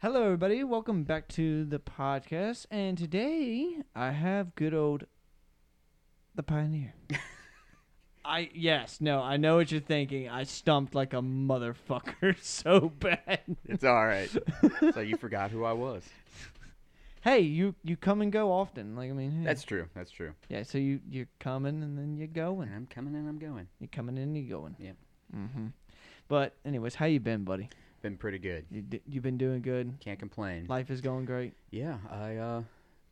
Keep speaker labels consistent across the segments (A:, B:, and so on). A: Hello, everybody. Welcome back to the podcast. And today I have good old the pioneer. I yes, no, I know what you're thinking. I stumped like a motherfucker so bad.
B: It's all right. so you forgot who I was.
A: Hey, you you come and go often. Like I mean, hey.
B: That's true. That's true.
A: yeah. So you you're coming and then you're going.
B: And I'm coming and I'm going.
A: You're coming and you're going.
B: Yep.
A: Mm-hmm. But anyways, how you been, buddy?
B: Been pretty good.
A: You d- you been doing good.
B: Can't complain.
A: Life is going great.
B: yeah, I uh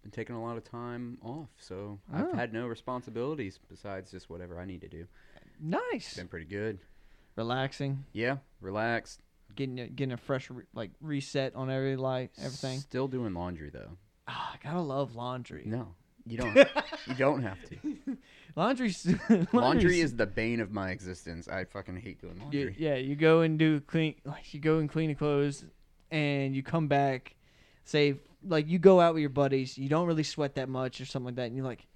B: been taking a lot of time off, so I've
A: Oh.
B: had no responsibilities besides just whatever I need to do. It's
A: Nice.
B: been pretty good.
A: Relaxing.
B: Yeah, relaxed.
A: Getting a, getting a fresh re- like reset on every life everything.
B: Still doing laundry though.
A: Ah, I gotta love laundry.
B: No. You don't you don't have to.
A: Laundry's
B: Laundry
A: laundry's-
B: is the bane of my existence. I fucking hate doing
A: you,
B: laundry.
A: yeah. You go and do clean, like you go and clean the clothes, and you come back, say like you go out with your buddies. You don't really sweat that much or something like that, and you're like,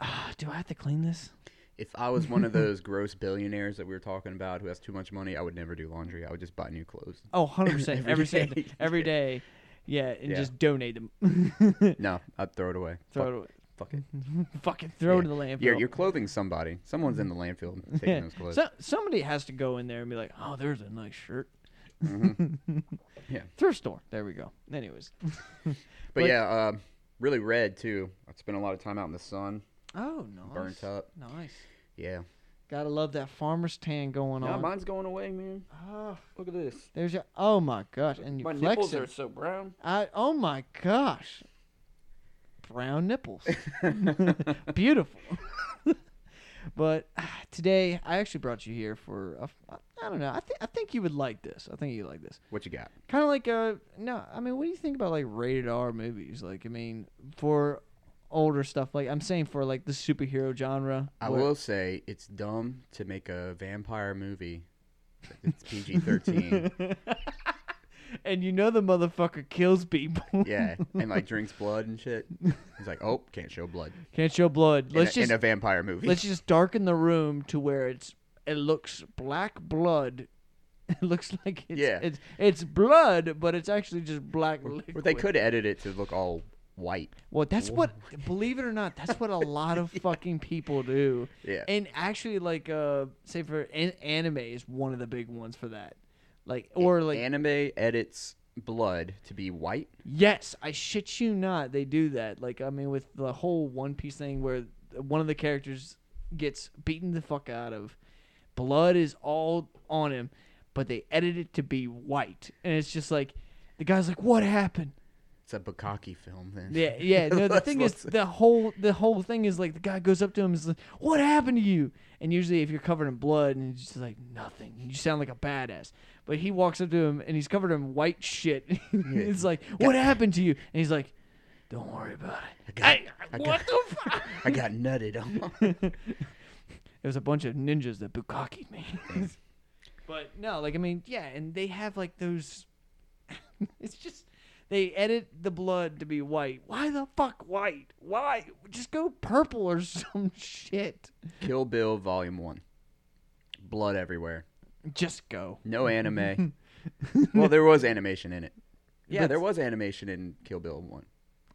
A: ah, do I have to clean this?
B: If I was one of those gross billionaires that we were talking about who has too much money, I would never do laundry. I would just buy new clothes.
A: Oh, 100 percent
B: Every
A: every
B: day.
A: single every day, yeah, and
B: Yeah.
A: just donate them.
B: No, I'd throw it away.
A: throw it Mm-hmm. away.
B: fuck it.
A: Fucking throw it
B: Yeah.
A: in the landfill.
B: You're, you're clothing somebody. Someone's in the landfill taking
A: Yeah.
B: those clothes.
A: So, somebody has to go in there and be like, "Oh, there's a nice shirt."
B: Mm-hmm. Yeah.
A: Thrift store. There we go. Anyways.
B: but,
A: but-
B: yeah, uh, really red too. I spent a lot of time out in the sun,
A: Oh, nice.
B: burnt up.
A: Nice.
B: Yeah.
A: Gotta love that farmer's tan going
B: No,
A: on.
B: mine's going away, man.
A: Oh,
B: Look at this.
A: there's your. Oh my gosh, and you
B: My nipples
A: flexing.
B: are so brown.
A: I. Oh my gosh. Brown nipples. Beautiful. but ah, today I actually brought you here for a f- I don't know. I think I think you would like this. I think you like this.
B: What you got?
A: Kind of like uh no. I mean, what do you think about like rated R movies? Like I mean, for older stuff. Like I'm saying for like the superhero genre.
B: I
A: where-
B: will say it's dumb to make a vampire movie. It's PG thirteen.
A: and you know the motherfucker kills people.
B: yeah, and like drinks blood and shit. He's like, oh, can't show blood
A: Can't show blood.
B: in a,
A: Let's just
B: in a vampire movie.
A: let's just darken the room to where it's it looks black blood. It looks like it's
B: Yeah.
A: it's, it's blood, but it's actually just black liquid.
B: Or they could edit it to look all white.
A: Well, that's what believe it or not, that's what a lot of fucking people do.
B: Yeah.
A: And actually like uh say for an- anime is one of the big ones for that. Like or like
B: Anime edits blood to be white.
A: Yes, I shit you not. They do that. Like, I mean, with the whole One Piece thing where one of the characters gets beaten the fuck out of, blood is all on him, but they edit it to be white. And it's just like, the guy's like, what happened?
B: It's a Bukaki film then.
A: Yeah, yeah. No, the
B: That's
A: thing is,
B: what's-
A: the whole the whole thing is like the guy goes up to him and is like, "What happened to you?" And usually, if you're covered in blood and he's just like nothing, you sound like a badass. But he walks up to him and he's covered in white shit. it's like, "What happened to you?" And he's like, "Don't worry about it."
B: got-
A: Hey,
B: I
A: what the fuck?
B: I got nutted on.
A: It was a bunch of ninjas that bukakied me. but no, like I mean, yeah, and they have like those. it's just they edit the blood to be white. Why the fuck white? Why just go purple or some shit?
B: Kill Bill Volume 1. Blood everywhere.
A: Just go.
B: No anime. well, there was animation in it. Yeah,
A: But-
B: there was animation in Kill Bill 1.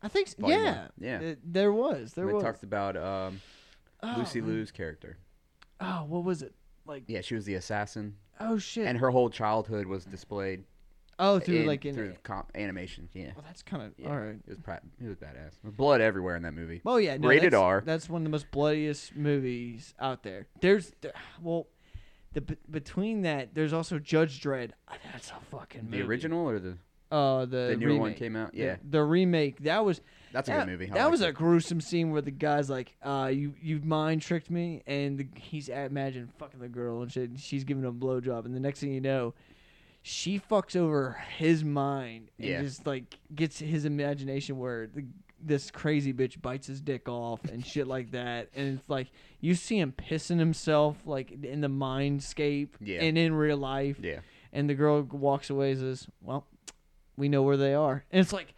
A: I think s
B: Volume
A: yeah,
B: one, yeah.
A: Uh, there was there
B: They
A: was.
B: talked about um,
A: Oh,
B: Lucy Liu's character.
A: Oh, what was it? Like
B: Yeah, she was the assassin.
A: oh shit.
B: And her whole childhood was displayed
A: oh, through
B: in-
A: like in.
B: through com- animation. Yeah.
A: well, that's kind of
B: Yeah.
A: all right.
B: It was, pra- it was badass. Blood everywhere in that movie.
A: Oh yeah, no,
B: Rated
A: that's,
B: R.
A: That's one of the most bloodiest movies out there. There's, th- well, the b- between that, there's also Judge Dredd. Ah, That's a fucking
B: The
A: movie.
B: original or the,
A: Uh, the
B: the newer one
A: remake.
B: came out?
A: The-
B: Yeah.
A: the, remake that was
B: That's a
A: that,
B: good movie. I
A: That was a
B: liked
A: gruesome scene where the guy's like, "Uh, you you mind tricked me," and the, he's at imagine fucking the girl and shit. And she's giving him a blowjob, and the next thing you know, she fucks over his mind and
B: Yeah.
A: just like gets his imagination where the, this crazy bitch bites his dick off and shit like that. And it's like you see him pissing himself like in the mindscape
B: Yeah.
A: and in real life.
B: Yeah.
A: And the girl walks away and says, Well, we know where they are. And it's like,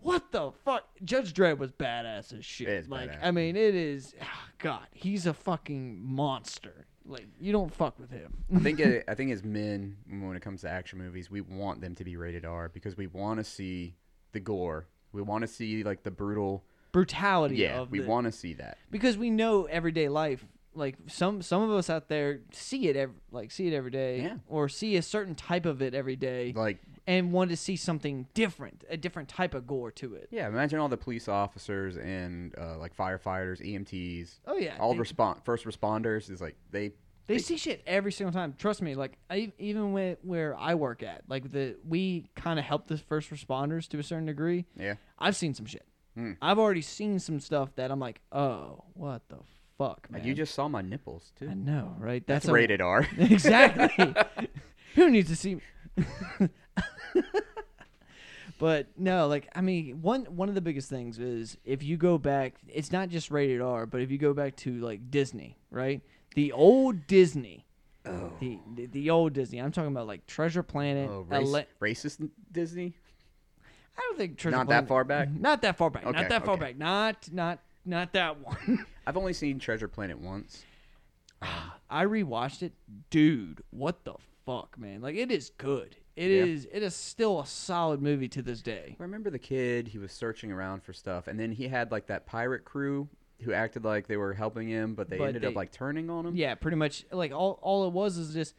A: What the fuck? Judge Dredd was badass as shit.
B: It is
A: like,
B: badass.
A: ah, I mean, it is, God, he's a fucking monster. Like you don't fuck with him.
B: I think it, I think as men, when it comes to action movies, we want them to be rated R because we want to see the gore. We want to see like the brutal.
A: Brutality.
B: Yeah,
A: of
B: we
A: the-
B: want to see that.
A: because we know everyday life. Like some some of us out there see it ev- like see it every day,
B: Yeah.
A: or see a certain type of it every day,
B: Like,
A: and want to see something different, a different type of gore to it.
B: yeah, imagine all the police officers and uh, like firefighters, EMTs,
A: Oh yeah,
B: all
A: they,
B: respond first responders is like they
A: they see shit every single time. Trust me, like I, e, even where where I work at, like the we kind of help the first responders to a certain degree.
B: yeah
A: I've seen some shit.
B: Hmm.
A: I've already seen some stuff that I'm like, oh, what the fuck, man.
B: like you just saw my nipples too.
A: I know, right?
B: That's
A: a-
B: rated R.
A: exactly. Who needs to see? but no, like I mean, one one of the biggest things is if you go back, it's not just rated R, but if you go back to like Disney, right? The old Disney, the, the the old Disney. I'm talking about like Treasure Planet.
B: Oh, race,
A: Ele-
B: racist Disney.
A: I don't think Treasure
B: Not
A: Planet.
B: that far back.
A: Not that far back.
B: Okay,
A: not that far
B: okay.
A: back. Not not not that one.
B: I've only seen Treasure Planet once.
A: I rewatched it. Dude, what the fuck, man? Like it is good. It
B: Yeah.
A: is. It is still a solid movie to this day.
B: I remember the kid, he was searching around for stuff, and then he had like that pirate crew who acted like they were helping him, but they
A: But
B: ended up
A: they-
B: like turning on him.
A: Yeah, pretty much. Like all all it was is just.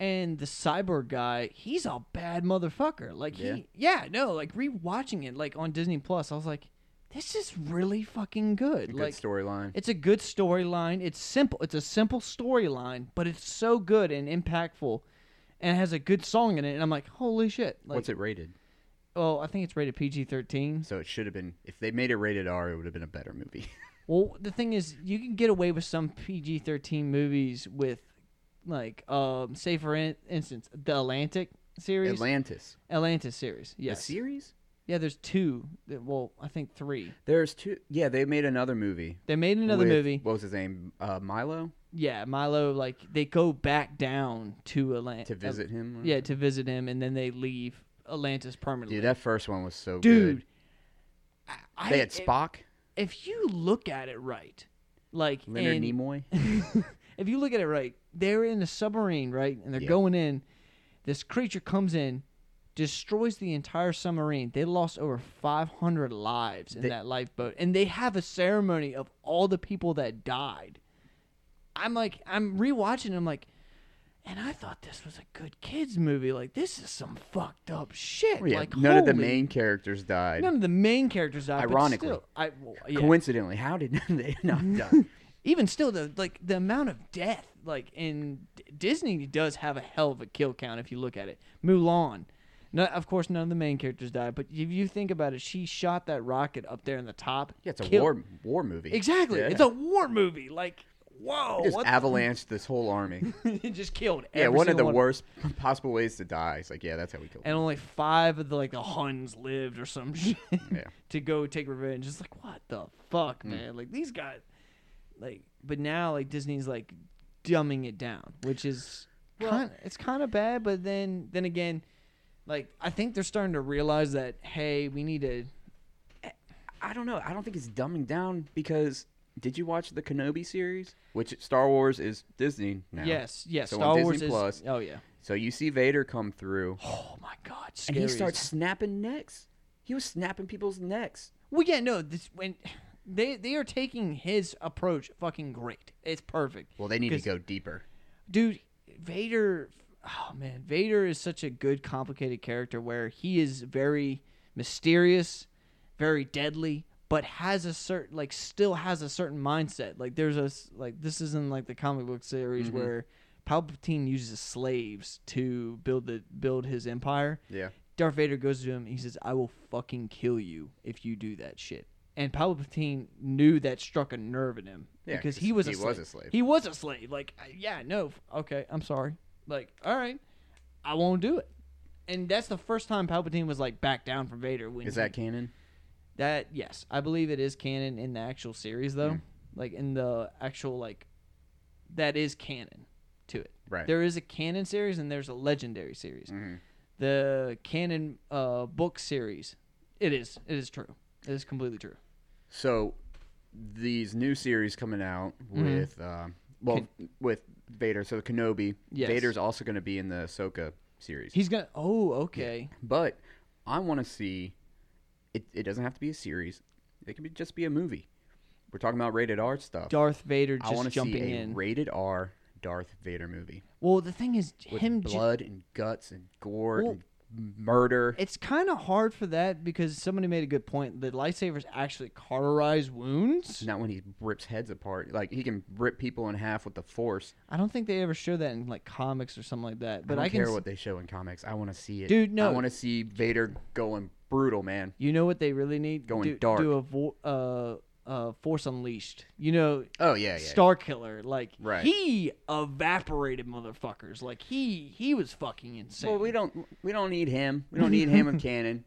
A: And the cyborg guy, he's a bad motherfucker. Like
B: Yeah.
A: he, yeah, no, like rewatching it, like on Disney Plus, I was like, this is really fucking good.
B: Good
A: like
B: storyline.
A: It's a good storyline. It's simple. It's a simple storyline, but it's so good and impactful, and it has a good song in it. And I'm like, holy shit! Like,
B: What's it rated?
A: Oh, I think it's rated PG-13.
B: So it should have been if they made it rated R, it would have been a better movie.
A: Well, the thing is, you can get away with some PG-13 movies with, like, um, say for in- instance, the Atlantic series,
B: Atlantis.
A: Atlantis series.
B: The
A: Yes.
B: series?
A: yeah, there's two. That, well, I think three.
B: There's two yeah, they made another movie.
A: They made another
B: with-
A: movie.
B: What was his name? Uh, Milo?
A: yeah, Milo. Like they go back down to Atlantis
B: To visit him?
A: Yeah, to visit him, and then they leave Atlantis permanently.
B: Dude, that first one was so
A: Dude,
B: good.
A: I-
B: They had
A: if-
B: Spock,
A: If you look at it right, like
B: Leonard
A: and-
B: Nimoy.
A: if you look at it right, they're in a submarine, right, and they're
B: Yeah.
A: going in. This creature comes in, destroys the entire submarine. They lost over 500 lives in
B: They-
A: that lifeboat, and they have a ceremony of all the people that died. I'm like, I'm rewatching. I'm like, and I thought this was a good kids movie. Like, this is some fucked up shit.
B: Oh, Yeah,
A: like,
B: none of the
A: holy-
B: main characters died.
A: None of the main characters died.
B: Ironically.
A: but still, I, well, yeah.
B: Coincidentally, how did they not die?
A: even still, the like the amount of death, like in D- Disney does have a hell of a kill count if you look at it. Mulan, no, of course, none of the main characters died, but if you think about it, she shot that rocket up there in the top.
B: Yeah, it's a
A: killed-
B: war war movie.
A: Exactly,
B: Yeah.
A: it's a war movie. Like, whoa,
B: It just
A: what?
B: avalanched this whole army.
A: it just killed.
B: yeah,
A: every
B: one of
A: single
B: the worst possible ways to die. It's like, yeah, that's how we killed.
A: And only five of the like the Huns lived or some shit.
B: him. Yeah, Mm.
A: to go take revenge. It's like what the fuck, man? Like these guys, like. But now, like Disney's like dumbing it down, which is kind it's kind of bad. But then, then again, like I think they're starting to realize that hey, we need to.
B: I don't know. I don't think it's dumbing down because did you watch the Kenobi series? Which Star Wars is Disney now.
A: Yes, yes.
B: So on
A: Star
B: Disney
A: Wars
B: Plus-
A: is. Oh yeah.
B: So you see Vader come through,
A: Oh my god.
B: and
A: Scary
B: he
A: as-
B: starts snapping necks. He was snapping people's necks.
A: Well, yeah, no. This when they they are taking his approach, fucking great. It's perfect.
B: Well, they need to
A: 'Cause-
B: go deeper.
A: dude vader oh man vader is such a good complicated character where he is very mysterious very deadly but has a certain like still has a certain mindset like there's a s- like this is in like the comic book series where palpatine uses slaves to build the build his empire
B: Yeah.
A: Darth Vader goes to him. He says, "I will fucking kill you if you do that shit." And Palpatine knew that struck a nerve in him
B: Yeah,
A: because
B: 'cause
A: he was a
B: he
A: slave.
B: was a slave.
A: He was a slave. Like, I- yeah, no, f- okay, I'm sorry. Like, all right, I won't do it. And that's the first time Palpatine was like back down from Vader. When
B: Is
A: he-
B: that canon?
A: that? Yes, I believe it is canon in the actual series though.
B: Hmm.
A: Like in the actual like, that is canon to it.
B: Right.
A: There is a canon series and there's a legendary series
B: Mhm.
A: the canon uh, book series. It is. It is true. It is completely true. Mm-hmm.
B: So these new series coming out with um well, with Vader, so Kenobi.
A: Yes.
B: Vader's also going to be in the Ahsoka series.
A: He's gonna. Oh, okay.
B: But I want to see. It, it doesn't have to be a series. It can be just be a movie. We're talking about rated R stuff.
A: Darth Vader
B: I want
A: just
B: to see
A: jumping
B: a
A: in.
B: rated R Darth Vader movie
A: well, the thing is,
B: with
A: him. ju-
B: blood and guts and gore
A: Well-
B: and murder.
A: it's kind of hard for that because somebody made a good point. The lightsabers actually cauterize wounds.
B: Not when he rips heads apart. Like he can rip people in half with the force.
A: I don't think they ever show that in like comics or something like that. But
B: I don't
A: I, can.
B: care
A: s-
B: what they show in comics. I want to see it,
A: Dude, no.
B: I want to see Vader going brutal, man.
A: you know what they really need?
B: Going
A: do,
B: dark.
A: Do a vo- uh, uh, Force Unleashed. You know,
B: Oh yeah, yeah.
A: Star Killer. Like
B: Right.
A: he evaporated motherfuckers. Like he he was fucking insane.
B: well, we don't we don't need him. We don't need him and Cannon.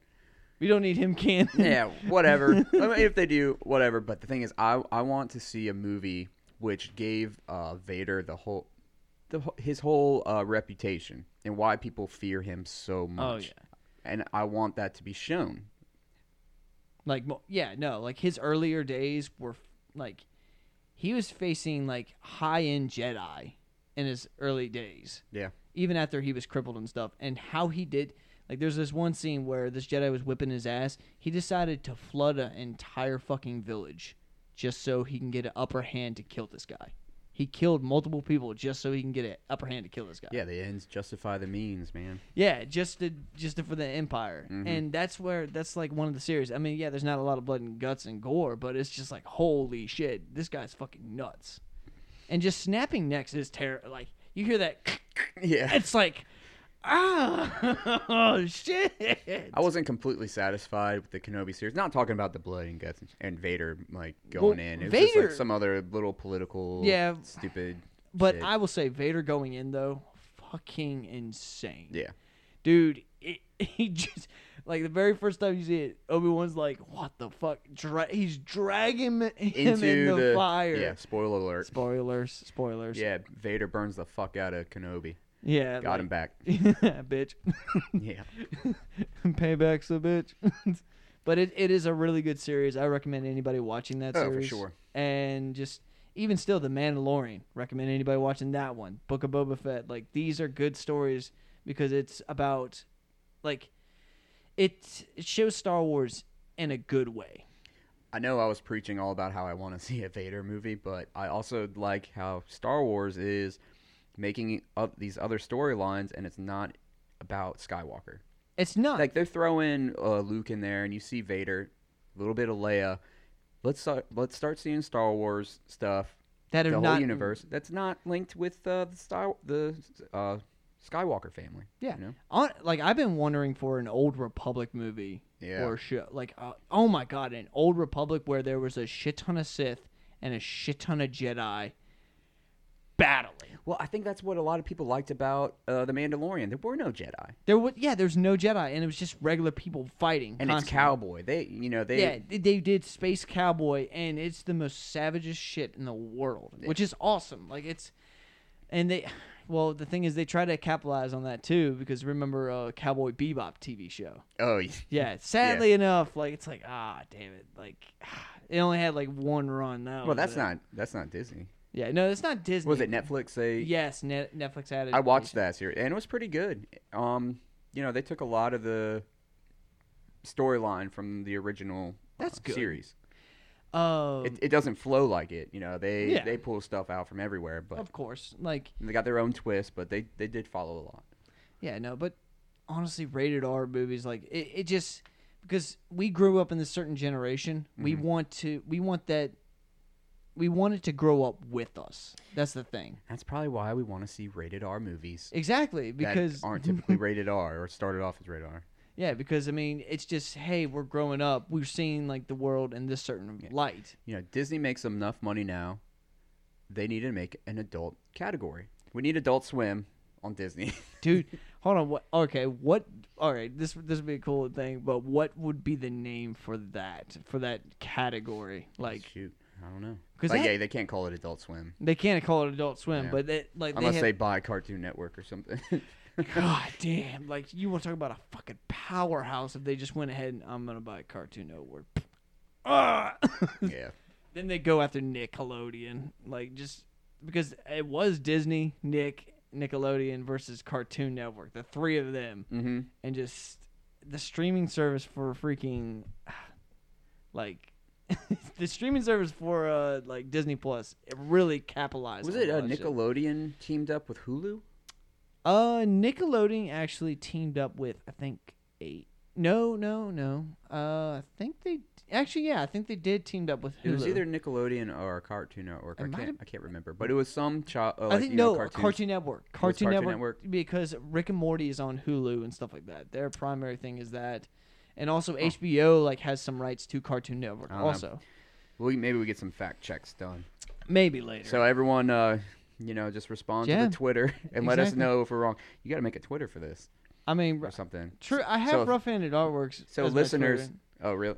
A: We don't need him canon.
B: Yeah, whatever. I mean, if they do, whatever. But the thing is, I I want to see a movie which gave uh, Vader the whole. The, wh- his whole uh, reputation and why people fear him so much, and I want that to be shown.
A: like mo- yeah no like his earlier days were f- like he was facing like high-end jedi in his early days
B: Yeah,
A: even after he was crippled and stuff and how he did like there's this one scene where this jedi was whipping his ass he decided to flood an entire fucking village just so he can get an upper hand to kill this guy he killed multiple people just so he can get an upper hand to kill this guy
B: yeah. The ends justify the means, man.
A: yeah, just to, just to, for the Empire, and that's where that's like one of the series. I mean, yeah, there's not a lot of blood and guts and gore, but it's just like holy shit, this guy's fucking nuts, and just snapping necks is terrible. Like you hear that,
B: Yeah,
A: it's like, ah, oh shit.
B: I wasn't completely satisfied with the Kenobi series. Not talking about the blood and guts and Vader like
A: Well,
B: going in. It was just like
A: Vader-
B: some other little political,
A: Yeah.
B: stupid.
A: But
B: shit.
A: I will say Vader going in though, fucking insane.
B: yeah,
A: dude, it, he just like the very first time you see it, Obi Wan's like, what the fuck? Dra- he's dragging him
B: into
A: in the,
B: the
A: fire.
B: Yeah, spoiler alert.
A: Spoilers, spoilers.
B: Yeah, Vader burns the fuck out of Kenobi.
A: yeah.
B: Got him back.
A: him, bitch.
B: Yeah.
A: Payback's a bitch. but it, it is a really good series. I recommend anybody watching that
B: Oh, for
A: series.
B: sure.
A: And just even still, The Mandalorian. Recommend anybody watching that one. Book of Boba Fett. Like these are good stories because it's about, like, it it shows Star Wars in a good way.
B: I know I was preaching all about how I want to see a Vader movie, but I also like how Star Wars is making up these other storylines and it's not about Skywalker.
A: It's not
B: Like they're throwing uh, Luke in there and you see Vader, a little bit of Leia. Let's start, let's start seeing Star Wars stuff,
A: that
B: the
A: are
B: whole
A: not
B: universe that's not linked with uh, the Star the uh, Skywalker family.
A: Yeah.
B: you know?
A: On, like I've been wondering for an old Republic movie
B: Yeah.
A: or show. Like uh, oh my god, an old Republic where there was a shit ton of Sith and a shit ton of Jedi battling.
B: Well, I think that's what a lot of people liked about uh, the Mandalorian. There were no Jedi,
A: There was yeah, there's no Jedi and it was just regular people fighting.
B: and it's
A: constantly.
B: cowboy. They, you know, they
A: Yeah, they- they did Space Cowboy and it's the most savagest shit in the world, which is awesome. Like it's and they well, the thing is they try to capitalize on that too because remember uh, Cowboy Bebop TV show.
B: Oh,
A: Yeah, sadly enough, like it's like ah, damn it, like it only had like one run. That
B: well,
A: was
B: that's
A: it.
B: not that's not Disney.
A: Yeah, no, it's not Disney.
B: Was it Netflix? They
A: Yes, Net- Netflix added.
B: I watched that series, and it was pretty good. Um, you know, they took a lot of the storyline from the original uh,
A: That's good.
B: series.
A: Um,
B: It, it doesn't flow like it. You know, they
A: Yeah.
B: they pull stuff out from everywhere, but
A: of course, like
B: they got their own twist. But they they did follow a lot.
A: yeah, no, but honestly, rated R movies like it, it just because we grew up in this certain generation,
B: Mm-hmm.
A: we want to, we want that, we want it to grow up with us. That's the thing.
B: That's probably why we want to see rated R movies
A: Exactly because
B: that aren't typically rated R or started off as rated R.
A: yeah, because I mean, it's just hey, we're growing up, we're seeing like the world in this certain light.
B: you know, Disney makes enough money now. They need to make an adult category. We need Adult Swim on Disney.
A: dude. Hold on. What? Okay. What? All right. This this would be a cool thing, but what would be the name for that for that category? Like
B: Shoot, I don't know.
A: 'Cause
B: like,
A: that-
B: yeah, they can't call it Adult Swim
A: they can't call it Adult Swim,
B: Yeah.
A: but they, like
B: unless
A: they,
B: they
A: have,
B: buy Cartoon Network or something.
A: God damn! Like you want to talk about a fucking powerhouse if they just went ahead and I'm gonna buy Cartoon Network. Ah!
B: yeah,
A: then they go after Nickelodeon, like just because it was Disney, Nick, Nickelodeon versus Cartoon Network, the three of them,
B: Mm-hmm.
A: and just the streaming service for freaking like the streaming service for uh like Disney Plus. It really capitalized.
B: Was
A: on
B: it uh,
A: lot of shit.
B: Nickelodeon teamed up with Hulu?
A: Uh, Nickelodeon actually teamed up with I think eight. No, no, no. Uh, I think they actually yeah, I think they did teamed up with Hulu.
B: It was either Nickelodeon or Cartoon Network.
A: It
B: I
A: might
B: can't,
A: have-
B: I can't remember, but it was some child. Uh,
A: I
B: like,
A: think
B: you know,
A: no,
B: cartoons.
A: Cartoon Network. Cartoon,
B: Cartoon
A: Network, because Rick and Morty is on Hulu and stuff like that. Their primary thing is that, and also HBO like has some rights to Cartoon Network.
B: I don't know.
A: Also,
B: We, maybe we get some fact checks done.
A: maybe later.
B: So everyone, uh, you know, just respond
A: Yeah.
B: to the Twitter and let us
A: Exactly.
B: know if we're wrong. You got to make a Twitter for this
A: I mean,
B: or something.
A: true. I have
B: so if-
A: rough-handed artworks.
B: So
A: as my
B: listeners,
A: Twitter.
B: oh really?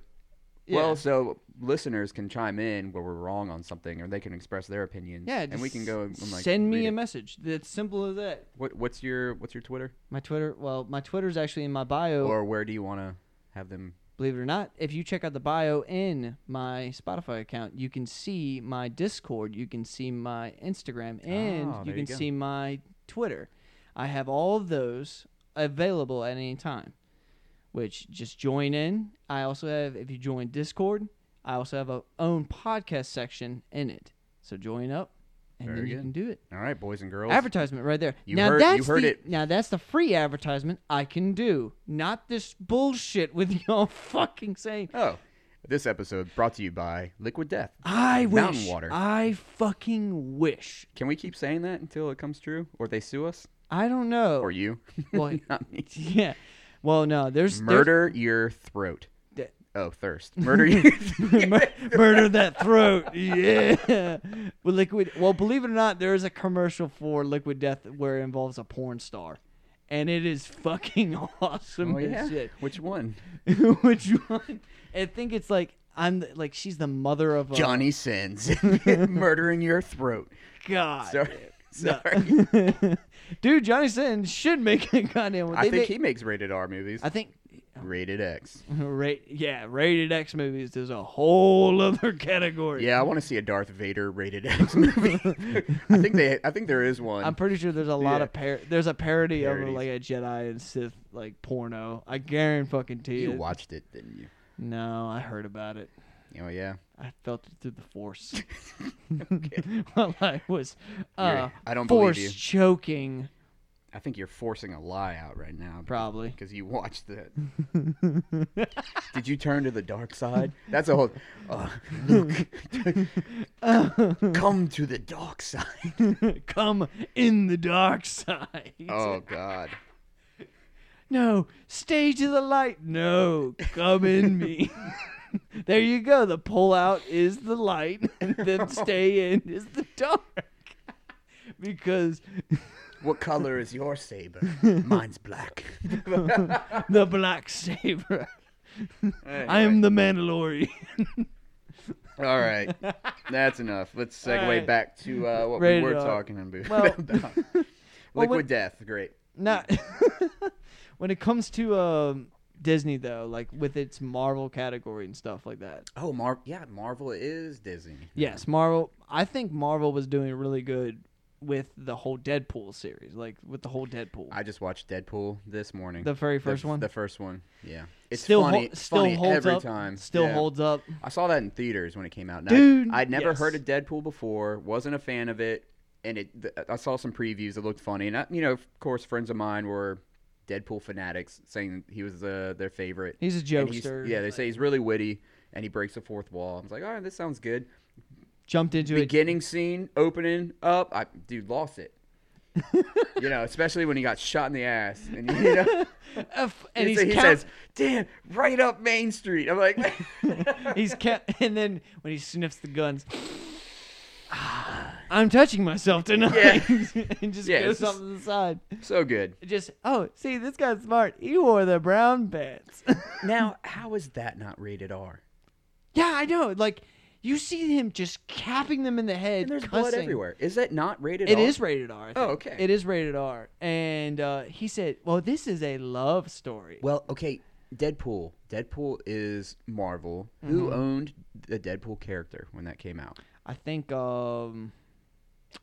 A: Yeah.
B: Well, so listeners can chime in where we're wrong on something, or they can express their opinions.
A: yeah,
B: and we
A: just
B: can go and like
A: send
B: read
A: me
B: it.
A: a message. That's simple as that.
B: What, what's your what's your Twitter?
A: My Twitter. Well, my Twitter's actually in my bio.
B: Or where do you want to have them?
A: believe it or not, if you check out the bio in my Spotify account, you can see my Discord, you can see my Instagram, and
B: Ah,
A: you
B: there you
A: can
B: go.
A: see my Twitter. I have all of those available at any time, which just join in. I also have, if you join Discord, I also have a own podcast section in it. So join up, and
B: Very
A: then you
B: good.
A: can do it.
B: All right, boys and girls.
A: Advertisement right there.
B: You
A: now
B: heard- you
A: that's
B: heard
A: the,
B: it.
A: Now that's the free advertisement I can do, not this bullshit with y'all fucking saying.
B: oh, this episode brought to you by Liquid Death.
A: I
B: Mountain
A: wish.
B: water.
A: I fucking wish.
B: Can we keep saying that until it comes true, or they sue us,
A: I don't know.
B: or you?
A: Well,
B: Not me.
A: yeah. Well, no. There's there's-
B: Murder your throat.
A: Th-
B: Oh, thirst. Murder your.
A: Mur- murder that throat. Yeah. With liquid. Well, believe it or not, there is a commercial for Liquid Death where it involves a porn star, and it is fucking awesome
B: Oh,
A: as
B: yeah?
A: shit.
B: Which one?
A: Which one? I think it's like I'm the- like she's the mother of a
B: Johnny sins. Murdering your throat.
A: God.
B: Sorry.
A: No.
B: Sorry.
A: Dude, Johnny Sin should make a goddamn.
B: I
A: they
B: think
A: make-
B: he makes rated R movies.
A: I think.
B: Rated X.
A: Ra- yeah, rated X movies is a whole other category.
B: Yeah, I want to see a Darth Vader rated X movie. I think they. I think there is one.
A: I'm pretty sure there's a lot
B: Yeah.
A: of par- there's a parody of
B: Parodies.
A: like a Jedi and Sith like porno. I guarantee fucking to
B: you
A: you.
B: watched it, didn't you?
A: No, I heard about it.
B: Oh yeah.
A: I felt it through the force. While I was uh,
B: You're- I don't believe
A: force
B: you.
A: choking.
B: I think you're forcing a lie out right now.
A: Probably.
B: Because you watched that. Did you turn to the dark side? That's a whole. Uh, Luke, come to the dark side.
A: Come in the dark side.
B: Oh, God.
A: No, stay to the light. No, come in me. there you go. The pull out is the light, and then stay in is the dark. because
B: What color is your saber? Mine's black.
A: the black saber. I am the Mandalorian.
B: All right. That's enough. Let's segue
A: All right.
B: back to uh, what
A: Rated
B: we were
A: R.
B: talking about.
A: Well-
B: Liquid
A: when-
B: Death. Great.
A: Now, when it comes to um, Disney, though, like with its Marvel category and stuff like that,
B: Oh, Mar- yeah, Marvel is Disney.
A: Yes, Marvel. I think Marvel was doing really good with the whole Deadpool series, like with the whole Deadpool,
B: I just watched Deadpool this morning.
A: the very first
B: the,
A: one.
B: The first one. Yeah. It's
A: still
B: funny.
A: hol-
B: it's
A: still
B: funny
A: holds
B: every
A: up.
B: time.
A: Still
B: Yeah.
A: holds up.
B: I saw that in theaters when it came out. and
A: Dude,
B: I, I'd never
A: yes.
B: heard of Deadpool before. Wasn't a fan of it, and it. Th- I saw some previews that looked funny, and I, you know, of course, friends of mine were Deadpool fanatics, saying he was uh, their favorite.
A: He's a
B: And he's-
A: jokester.
B: Yeah, they say he's really witty, and he breaks the fourth wall. I was like, all right, this sounds good.
A: jumped into it.
B: Beginning scene, opening up, I dude lost it. you know, especially when he got shot in the ass, and you know,
A: F- and he's
B: he
A: count-
B: says, "Damn, right up Main Street." I'm like,
A: he's kept, and then when he sniffs the guns, I'm touching myself tonight, and just
B: Yeah,
A: goes
B: it's just-
A: off to the side.
B: so good.
A: Just oh, see, this guy's smart. He wore the brown pants.
B: Now, how is that not rated R?
A: yeah, I know. Like you see him just capping them in the head.
B: And there's blood
A: cussing.
B: everywhere. Is that not rated
A: It
B: R?
A: is rated R. I think.
B: Oh, okay.
A: It is rated R. And uh, he said, "Well, this is a love story."
B: Well, okay. Deadpool. Deadpool is Marvel.
A: Mm-hmm.
B: Who owned the Deadpool character when that came out?
A: I think um,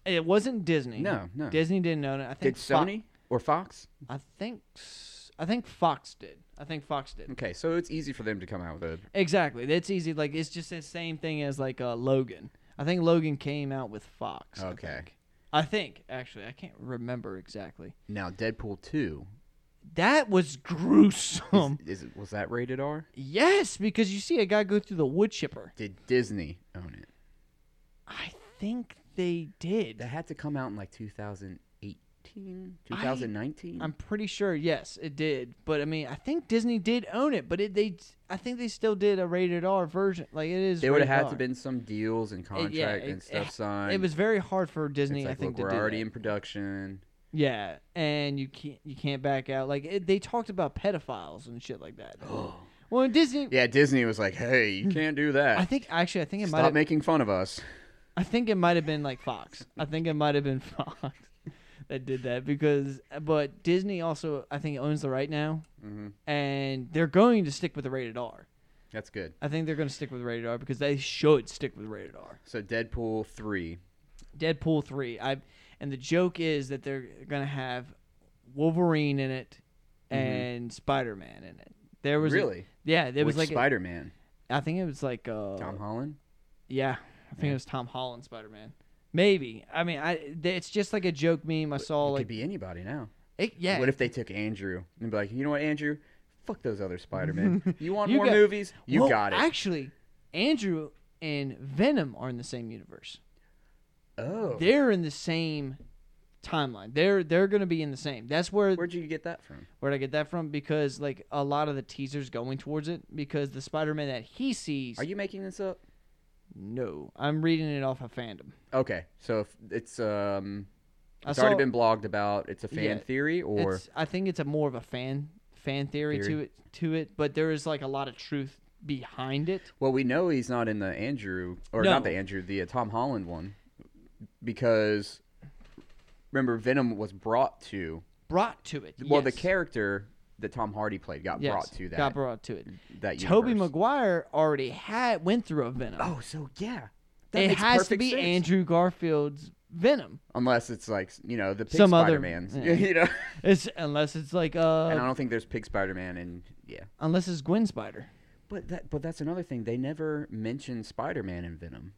A: It wasn't Disney.
B: No, no.
A: Disney didn't own it. I think
B: Did
A: Fo-
B: Sony or Fox?
A: I think s- I think Fox did. I think Fox did.
B: Okay, so it's easy for them to come out with a
A: Exactly. That's easy. Like it's just the same thing as like uh, Logan. I think Logan came out with Fox. I
B: Okay.
A: think. I think actually I can't remember exactly.
B: now Deadpool two.
A: That was gruesome.
B: Is, is was that rated R?
A: yes, because you see a guy go through the wood chipper.
B: Did Disney own it?
A: I think they did.
B: That had to come out in like 2018, 2019.
A: I'm pretty sure. Yes, it did. But I mean, I think Disney did own it. But it, they, I think they still did a rated R version. Like it is.
B: there would have
A: rated
B: had
A: R.
B: to been some deals and
A: It-
B: contract
A: yeah,
B: and
A: it-
B: stuff
A: it-
B: signed.
A: It was very hard for
B: It's
A: Disney,
B: like,
A: I think,
B: look,
A: to
B: we're
A: do
B: already
A: that.
B: in production.
A: Yeah, and you can't you can't back out. Like it, they talked about pedophiles and shit like that. well, in Disney,
B: Yeah, Disney was like, "Hey, you can't do that.
A: I think actually, I think it might.
B: Stop
A: Have,
B: making fun of us."
A: I think it might have been like Fox. I think it might have been Fox that did that because. But Disney also, I think, owns the right now,
B: Mhm.
A: and they're going to stick with the rated R.
B: That's good.
A: I think they're going to stick with rated R because they should stick with rated R.
B: So Deadpool three.
A: Deadpool three. I and the joke is that they're gonna have Wolverine in it and Spider Man in it. There was a-
B: Mm-hmm. Really?
A: yeah, there was like
B: Which
A: a-
B: Spider Man.
A: I think it was like uh,
B: Tom Holland.
A: yeah, I think it was Tom Holland Spider Man. Maybe I mean I th- it's just like a joke meme I saw
B: it
A: like
B: could be anybody now.
A: it- yeah
B: What if they took Andrew and be like, you know what, Andrew? Fuck those other Spider Men. You want
A: You
B: more
A: got-
B: movies? You
A: Well,
B: got it.
A: actually Andrew and Venom are in the same universe.
B: oh,
A: They're in the same timeline. They're they're gonna be in the same. That's where
B: where'd you get that from?
A: where'd I get that from? Because like a lot of the teasers going towards it, because the Spider-Man that he sees,
B: Are you making this up?
A: no, I'm reading it off of fandom.
B: Okay, so if it's um,
A: I
B: it's already
A: saw-
B: been blogged about. It's a fan
A: Yeah,
B: theory, or
A: It's, I think it's a more of a fan fan theory, to
B: Theory.
A: it to it, but there is like a lot of truth behind it.
B: well, we know he's not in the Andrew or not
A: No.
B: the Andrew, the uh, Tom Holland one, because remember Venom was brought to
A: Brought to it.
B: well the
A: yes.
B: character that Tom Hardy played got
A: Yes,
B: brought to that
A: got brought to it.
B: that
A: Toby
B: universe.
A: Maguire already had went through a Venom.
B: Oh, so yeah,
A: it
B: makes
A: has to
B: perfect
A: be
B: sense.
A: Andrew Garfield's Venom.
B: unless it's like you know the pig
A: Some other-
B: Spider-Man's,
A: yeah.
B: you know.
A: It's unless it's like uh
B: and I don't think there's pig Spider-Man, and yeah,
A: unless it's Gwen Spider.
B: but that but that's another thing. They never mentioned Spider-Man in Venom.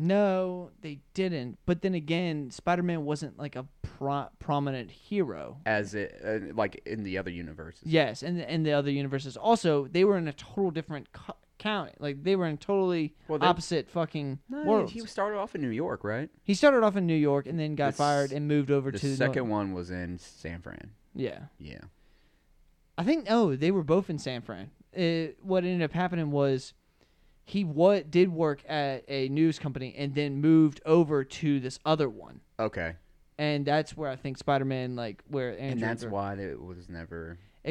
A: No, they didn't. But then again, Spider Man wasn't like a pro- prominent hero.
B: as it uh, like in the other universes.
A: Yes, and and the other universes also they were in a total different co- county. Like they were in totally
B: Well, they-
A: opposite fucking
B: No,
A: worlds.
B: he
A: He,
B: started off in New York, right?
A: started off in New York and then got
B: The
A: fired
B: s-
A: and moved over
B: The
A: to Nor-
B: second one was in San Fran.
A: yeah,
B: Yeah.
A: I think oh they were both in San Fran. Uh what ended up happening was he what did work at a news company and then moved over to this other one.
B: Okay.
A: And that's where I think Spider Man like where Andrew
B: and that's
A: Gar-
B: why it was never.
A: uh,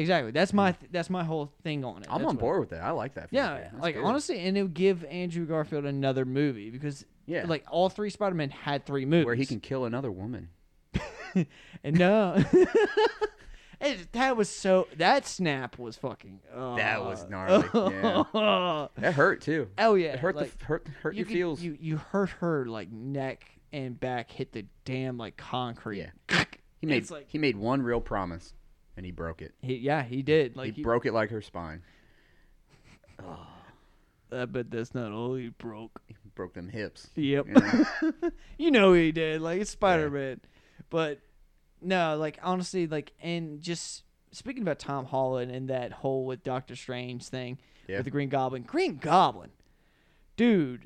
A: Oh,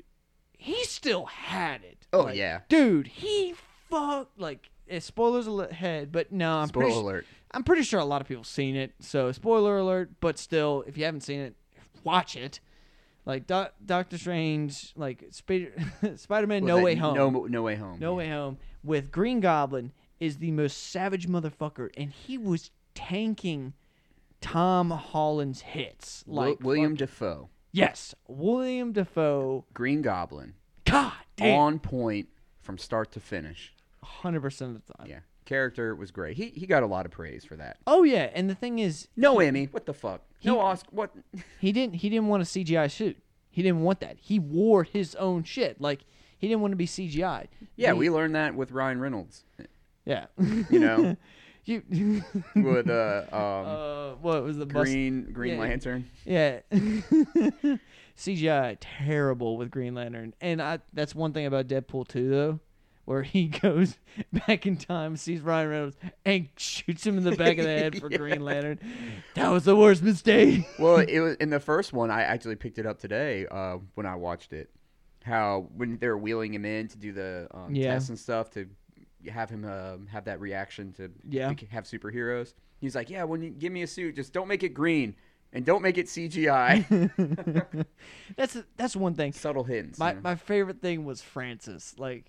A: eh, Oh, Hmm. He didn't want to be CGI.
B: Yeah, we learned that with Ryan Reynolds.
A: Yeah.
B: You know,
A: you.
B: with uh, um,
A: uh, what was the bus-
B: Green Green
A: yeah.
B: Lantern.
A: Yeah. CGI terrible with Green Lantern. And I that's one thing about Deadpool 2 though, where he goes back in time, sees Ryan Reynolds and shoots him in the back of the head for Green Lantern. That was the worst mistake.
B: Well, it was in the first one. I actually picked it up today uh, when I watched it. How when they were wheeling him in to do the um,
A: Yeah.
B: tests and stuff to have him um have that reaction to
A: Yeah.
B: to have superheroes. He's like, yeah, when you give me a suit, just don't make it green and don't make it CGI.
A: that's that's one thing.
B: Subtle hints.
A: My
B: you know.
A: my favorite thing was Francis. Like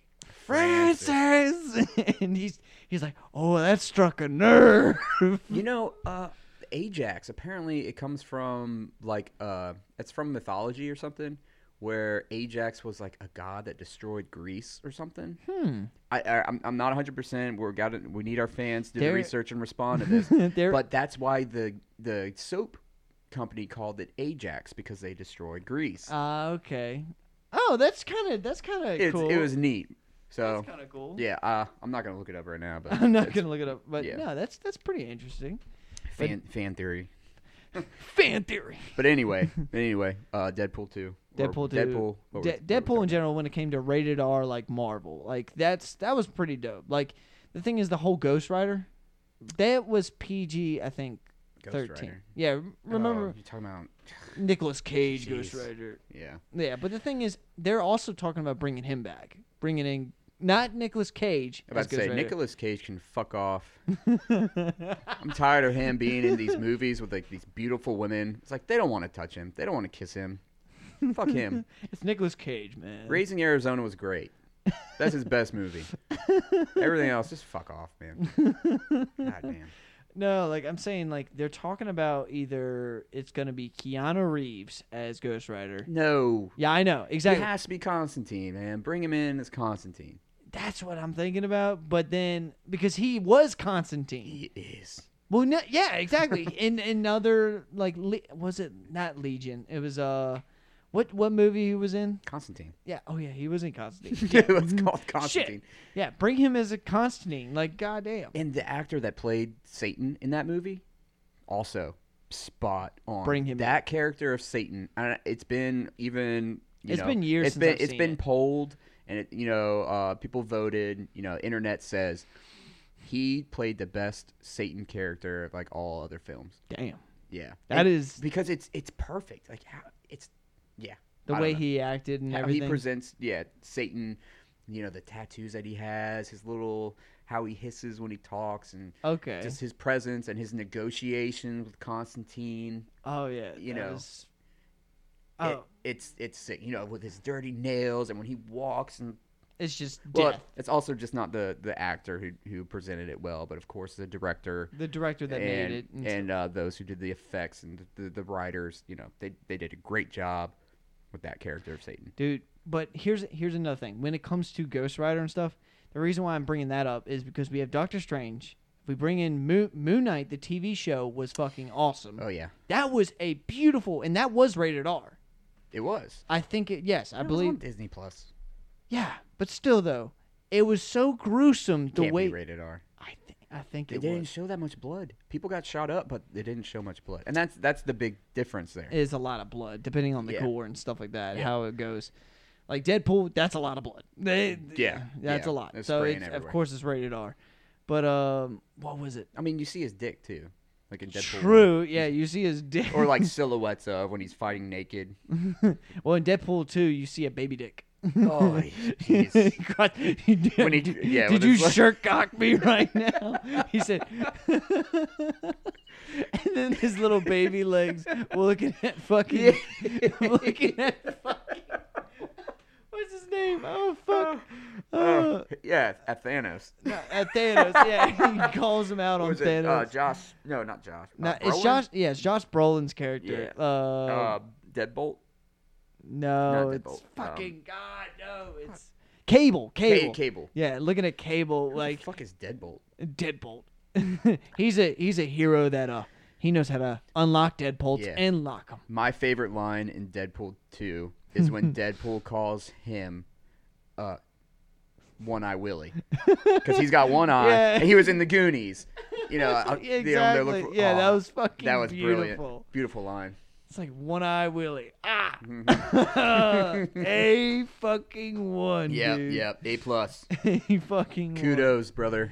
B: Francis.
A: Francis, and he's he's like, "Oh, that struck a nerve."
B: You know, uh, Ajax. Apparently, it comes from like uh, it's from mythology or something, where Ajax was like a god that destroyed Greece or something.
A: Hmm.
B: I, I I'm, I'm not 100. percent We're got to we need our fans to do the
A: There-
B: research and respond to this.
A: There-
B: but that's why the the soap company called it Ajax because they destroyed Greece.
A: Ah, okay. Oh, that's kind of that's kind of
B: it's,
A: cool.
B: It was neat. So
A: that's kind of cool.
B: yeah, uh, I'm not gonna look it up right now, but
A: I'm not
B: it's
A: gonna look it up, but
B: yeah.
A: no, that's that's pretty interesting.
B: fan fan theory.
A: Fan theory.
B: But anyway, anyway, uh, Deadpool two. or
A: Deadpool two.
B: Deadpool. what
A: De-
B: we're- what we're
A: Deadpool
B: talking
A: in general, when it came to rated R, like Marvel, like that's that was pretty dope. Like the thing is, the whole Ghost Rider, that was PG, I think.
B: Ghost
A: 13.
B: Rider.
A: Yeah, remember
B: Oh, you're talking about
A: Nicolas Cage Ghost
B: Jeez.
A: Rider.
B: yeah.
A: Yeah, but the thing is, they're also talking about bringing him back, bringing in not Nicolas Cage.
B: I'm about
A: as
B: to
A: Ghost
B: say
A: Rider.
B: Nicolas Cage can fuck off. I'm tired of him being in these movies with like these beautiful women. It's like they don't want to touch him. They don't want to kiss him. Fuck him.
A: It's Nicolas Cage, man.
B: Raising Arizona was great. That's his best movie. Everything else, just fuck off, man. God damn.
A: No, like I'm saying, like they're talking about either it's gonna be Keanu Reeves as Ghost Rider.
B: No.
A: Yeah, I know
B: It
A: exactly.
B: has to be Constantine, man. Bring him in as Constantine.
A: That's what I'm thinking about. But then because he was Constantine.
B: He is.
A: Well, no, yeah, exactly. in another like, le- was it not Legion? It was uh, what what movie he was in?
B: Constantine.
A: Yeah. Oh yeah, he was in Constantine.
B: it was called Constantine.
A: Shit. Yeah, bring him as a Constantine. Like, goddamn.
B: And the actor that played Satan in that movie, also spot on.
A: Bring him
B: that character of Satan. I, it's been even. You
A: It's
B: know,
A: been years
B: It's
A: since
B: been
A: I've
B: has
A: seen
B: been
A: it.
B: polled, and it, you know, uh, people voted. You know, internet says he played the best Satan character of like all other films.
A: Damn.
B: Yeah,
A: that is
B: because it's it's perfect. Like how it's yeah
A: the
B: I don't
A: way
B: know.
A: he acted and
B: how
A: everything.
B: he presents yeah satan you know the tattoos that he has his little how he hisses when he talks and
A: okay.
B: just his presence and his negotiations with constantine
A: oh yeah.
B: you
A: that
B: know,
A: was-
B: It-
A: Oh,
B: it's it's sick, you know with his dirty nails and when he walks and
A: it's just
B: well
A: death.
B: it's also just not the the actor who who presented it well but of course the director
A: The director that made
B: and
A: it. And
B: and uh, those who did the effects and the, the writers you know they they did a great job with that character of satan
A: dude. But here's here's another thing. When it comes to Ghost Rider and stuff, the reason why I'm bringing that up is because we have Doctor Strange. If we bring in Moon, Moon Knight, the TV show was fucking awesome.
B: oh yeah
A: That was a beautiful, and that was rated R.
B: it was
A: I think it. Yes, I
B: It was on
A: believe.
B: disney plus
A: Yeah, but still though, it was so gruesome the
B: Can't
A: way
B: be rated R.
A: I think I think
B: They
A: it
B: didn't
A: was.
B: show that much blood. People got shot up, but they didn't show much blood, and that's that's the big difference there.
A: It is a lot of blood, depending on the
B: Yeah.
A: gore and stuff like that,
B: Yeah.
A: how it goes. Like Deadpool, that's a lot of blood. They-
B: Yeah,
A: that's
B: yeah.
A: a lot.
B: They're
A: so
B: spraying
A: it's, of
B: everywhere.
A: course it's rated R. But um, what was it?
B: I mean, you see his dick too, like in Deadpool. one.
A: True. Yeah, you see his dick.
B: Or like silhouettes of when he's fighting naked.
A: well, in Deadpool two, you see a baby dick.
B: Oh, jeez.
A: God, he did,
B: When he d- yeah,
A: did
B: when
A: you
B: it's like-
A: shirt cock me right now? He said, and then his little baby legs were looking at fucking, looking at fucking. What's his name? Oh fuck!
B: Uh,
A: Oh,
B: yeah, at Thanos.
A: no, at Thanos. Yeah, he calls him out
B: What
A: on
B: was it?
A: Thanos.
B: Uh, Josh? No, not Josh. Uh,
A: no, it's
B: Brolin?
A: Josh. Yeah, it's Josh Brolin's character.
B: Yeah.
A: Uh,
B: Uh, Deadbolt.
A: no,
B: not
A: it's
B: Deadbolt, um,
A: fucking God. No, it's Cable. Cable.
B: Hey, Cable.
A: Yeah, looking at Cable like
B: Like fuck is Deadbolt?
A: Deadbolt. he's a he's a hero that uh he knows how to unlock Deadbolts
B: Yeah.
A: and lock them.
B: My favorite line in Deadpool two is when Deadpool calls him uh, One Eye Willie because he's got one eye
A: Yeah.
B: and he was in the Goonies. You know, uh, I-
A: Yeah,
B: you know, they're
A: Oh, exactly.
B: looking for-
A: yeah, that
B: aw,
A: was fucking
B: that was
A: beautiful.
B: brilliant. Beautiful line.
A: It's like one eye Willie. Ah, a fucking one.
B: Mm-hmm. Yep,
A: dude.
B: yep. A plus.
A: a fucking One.
B: Kudos, brother.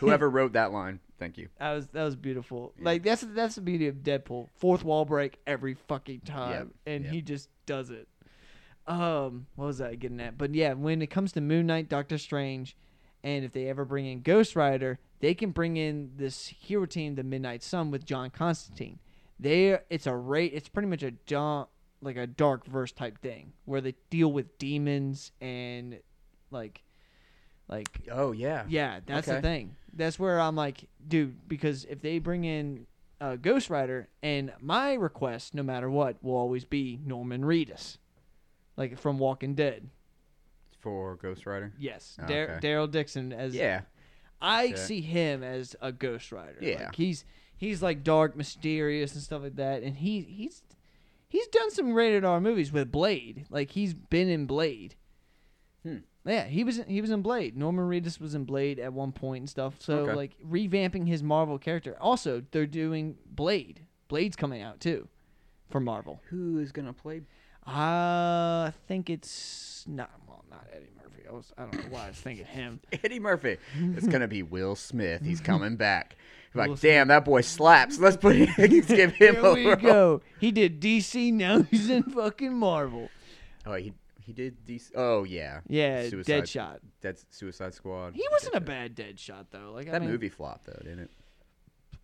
B: Whoever wrote that line, thank you.
A: That was that was beautiful. Like that's that's the beauty of Deadpool. Fourth wall break every fucking time, and
B: yep.
A: he just does it. Um, what was I getting at? But yeah, when it comes to Moon Knight, Doctor Strange, and if they ever bring in Ghost Rider, they can bring in this hero team, the Midnight Sun, with John Constantine. They it's a rate. It's pretty much a John like a dark verse type thing where they deal with demons and like like
B: Oh yeah.
A: yeah, that's the
B: Okay.
A: thing. That's where I'm like, dude, because if they bring in uh, Ghost Rider, and my request, no matter what, will always be Norman Reedus, like from Walking Dead.
B: For Ghost Rider.
A: Yes,
B: Oh,
A: Dar-
B: okay.
A: Daryl Dixon as
B: Yeah.
A: I
B: Okay.
A: see him as a Ghost Rider.
B: Yeah.
A: like, he's he's like dark, mysterious, and stuff like that. And he he's he's done some rated R movies with Blade. Like he's been in Blade.
B: Hmm.
A: Yeah, he was he was in Blade. Norman Reedus was in Blade at one point and stuff. So
B: Okay.
A: like revamping his Marvel character. Also, they're doing Blade. Blade's coming out too, for Marvel.
B: Who is gonna play?
A: Uh, I think it's not well, not Eddie Murphy. I was I don't know why I was thinking him.
B: Eddie Murphy. It's gonna be Will Smith. He's coming back. Like,
A: Will Smith.
B: damn, that boy slaps. Let's put him. let's give him
A: Here
B: a
A: we
B: role.
A: go. He did DC. Now he's in fucking Marvel.
B: Oh, he he did these. Oh yeah.
A: Yeah,
B: Suicide-
A: Deadshot.
B: That's Suicide Squad.
A: He wasn't a bad Deadshot though. Like I
B: That
A: mean,
B: movie flopped though, didn't it?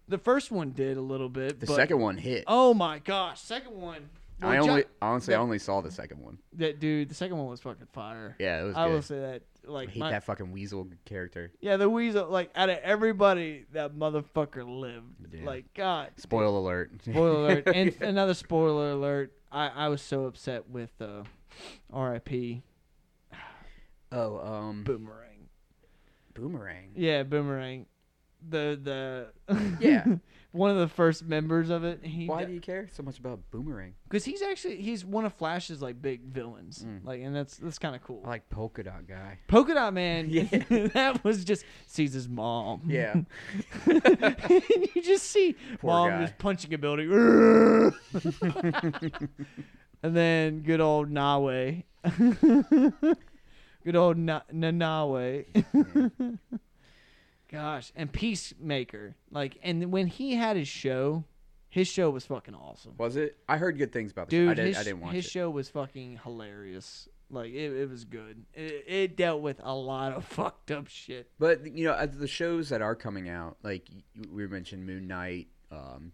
A: the first one did a little bit.
B: The
A: but,
B: second one hit.
A: Oh my gosh, second one.
B: I
A: Well, Jo-
B: only honestly I
A: that-
B: only saw the second one.
A: that dude. The second one was fucking fire.
B: Yeah, it was
A: I will
B: good.
A: say that.
B: I
A: Like
B: hate
A: my,
B: that fucking weasel character.
A: yeah, the weasel. Like out of everybody, that motherfucker lived.
B: Yeah.
A: Like God.
B: Spoil alert.
A: Spoiler alert. And another spoiler alert. I I was so upset with uh, R.I.P.
B: oh, um,
A: Boomerang.
B: boomerang.
A: Yeah, Boomerang. The the
B: Yeah.
A: one of the first members of it. He
B: Why do you care so much about boomerang?
A: because he's actually he's one of Flash's like big villains. Like, and that's that's kind of cool.
B: I Mm. like polka dot guy.
A: Polka Dot Man.
B: Yeah.
A: that was just sees his mom.
B: Yeah.
A: and you just see
B: Poor
A: mom
B: guy.
A: just punching a building. and then good old Nawe. good old Na- Nanawe. Gosh, and Peacemaker. Like, and when he had his show, his show was fucking awesome.
B: Was it? I heard good things about the
A: Dude,
B: show. I, did,
A: his,
B: I didn't watch
A: his
B: it.
A: show was fucking hilarious. Like, it, it was good. It, it dealt with a lot of fucked up shit.
B: But you know, as the shows that are coming out, like you- we mentioned, Moon Knight. Um,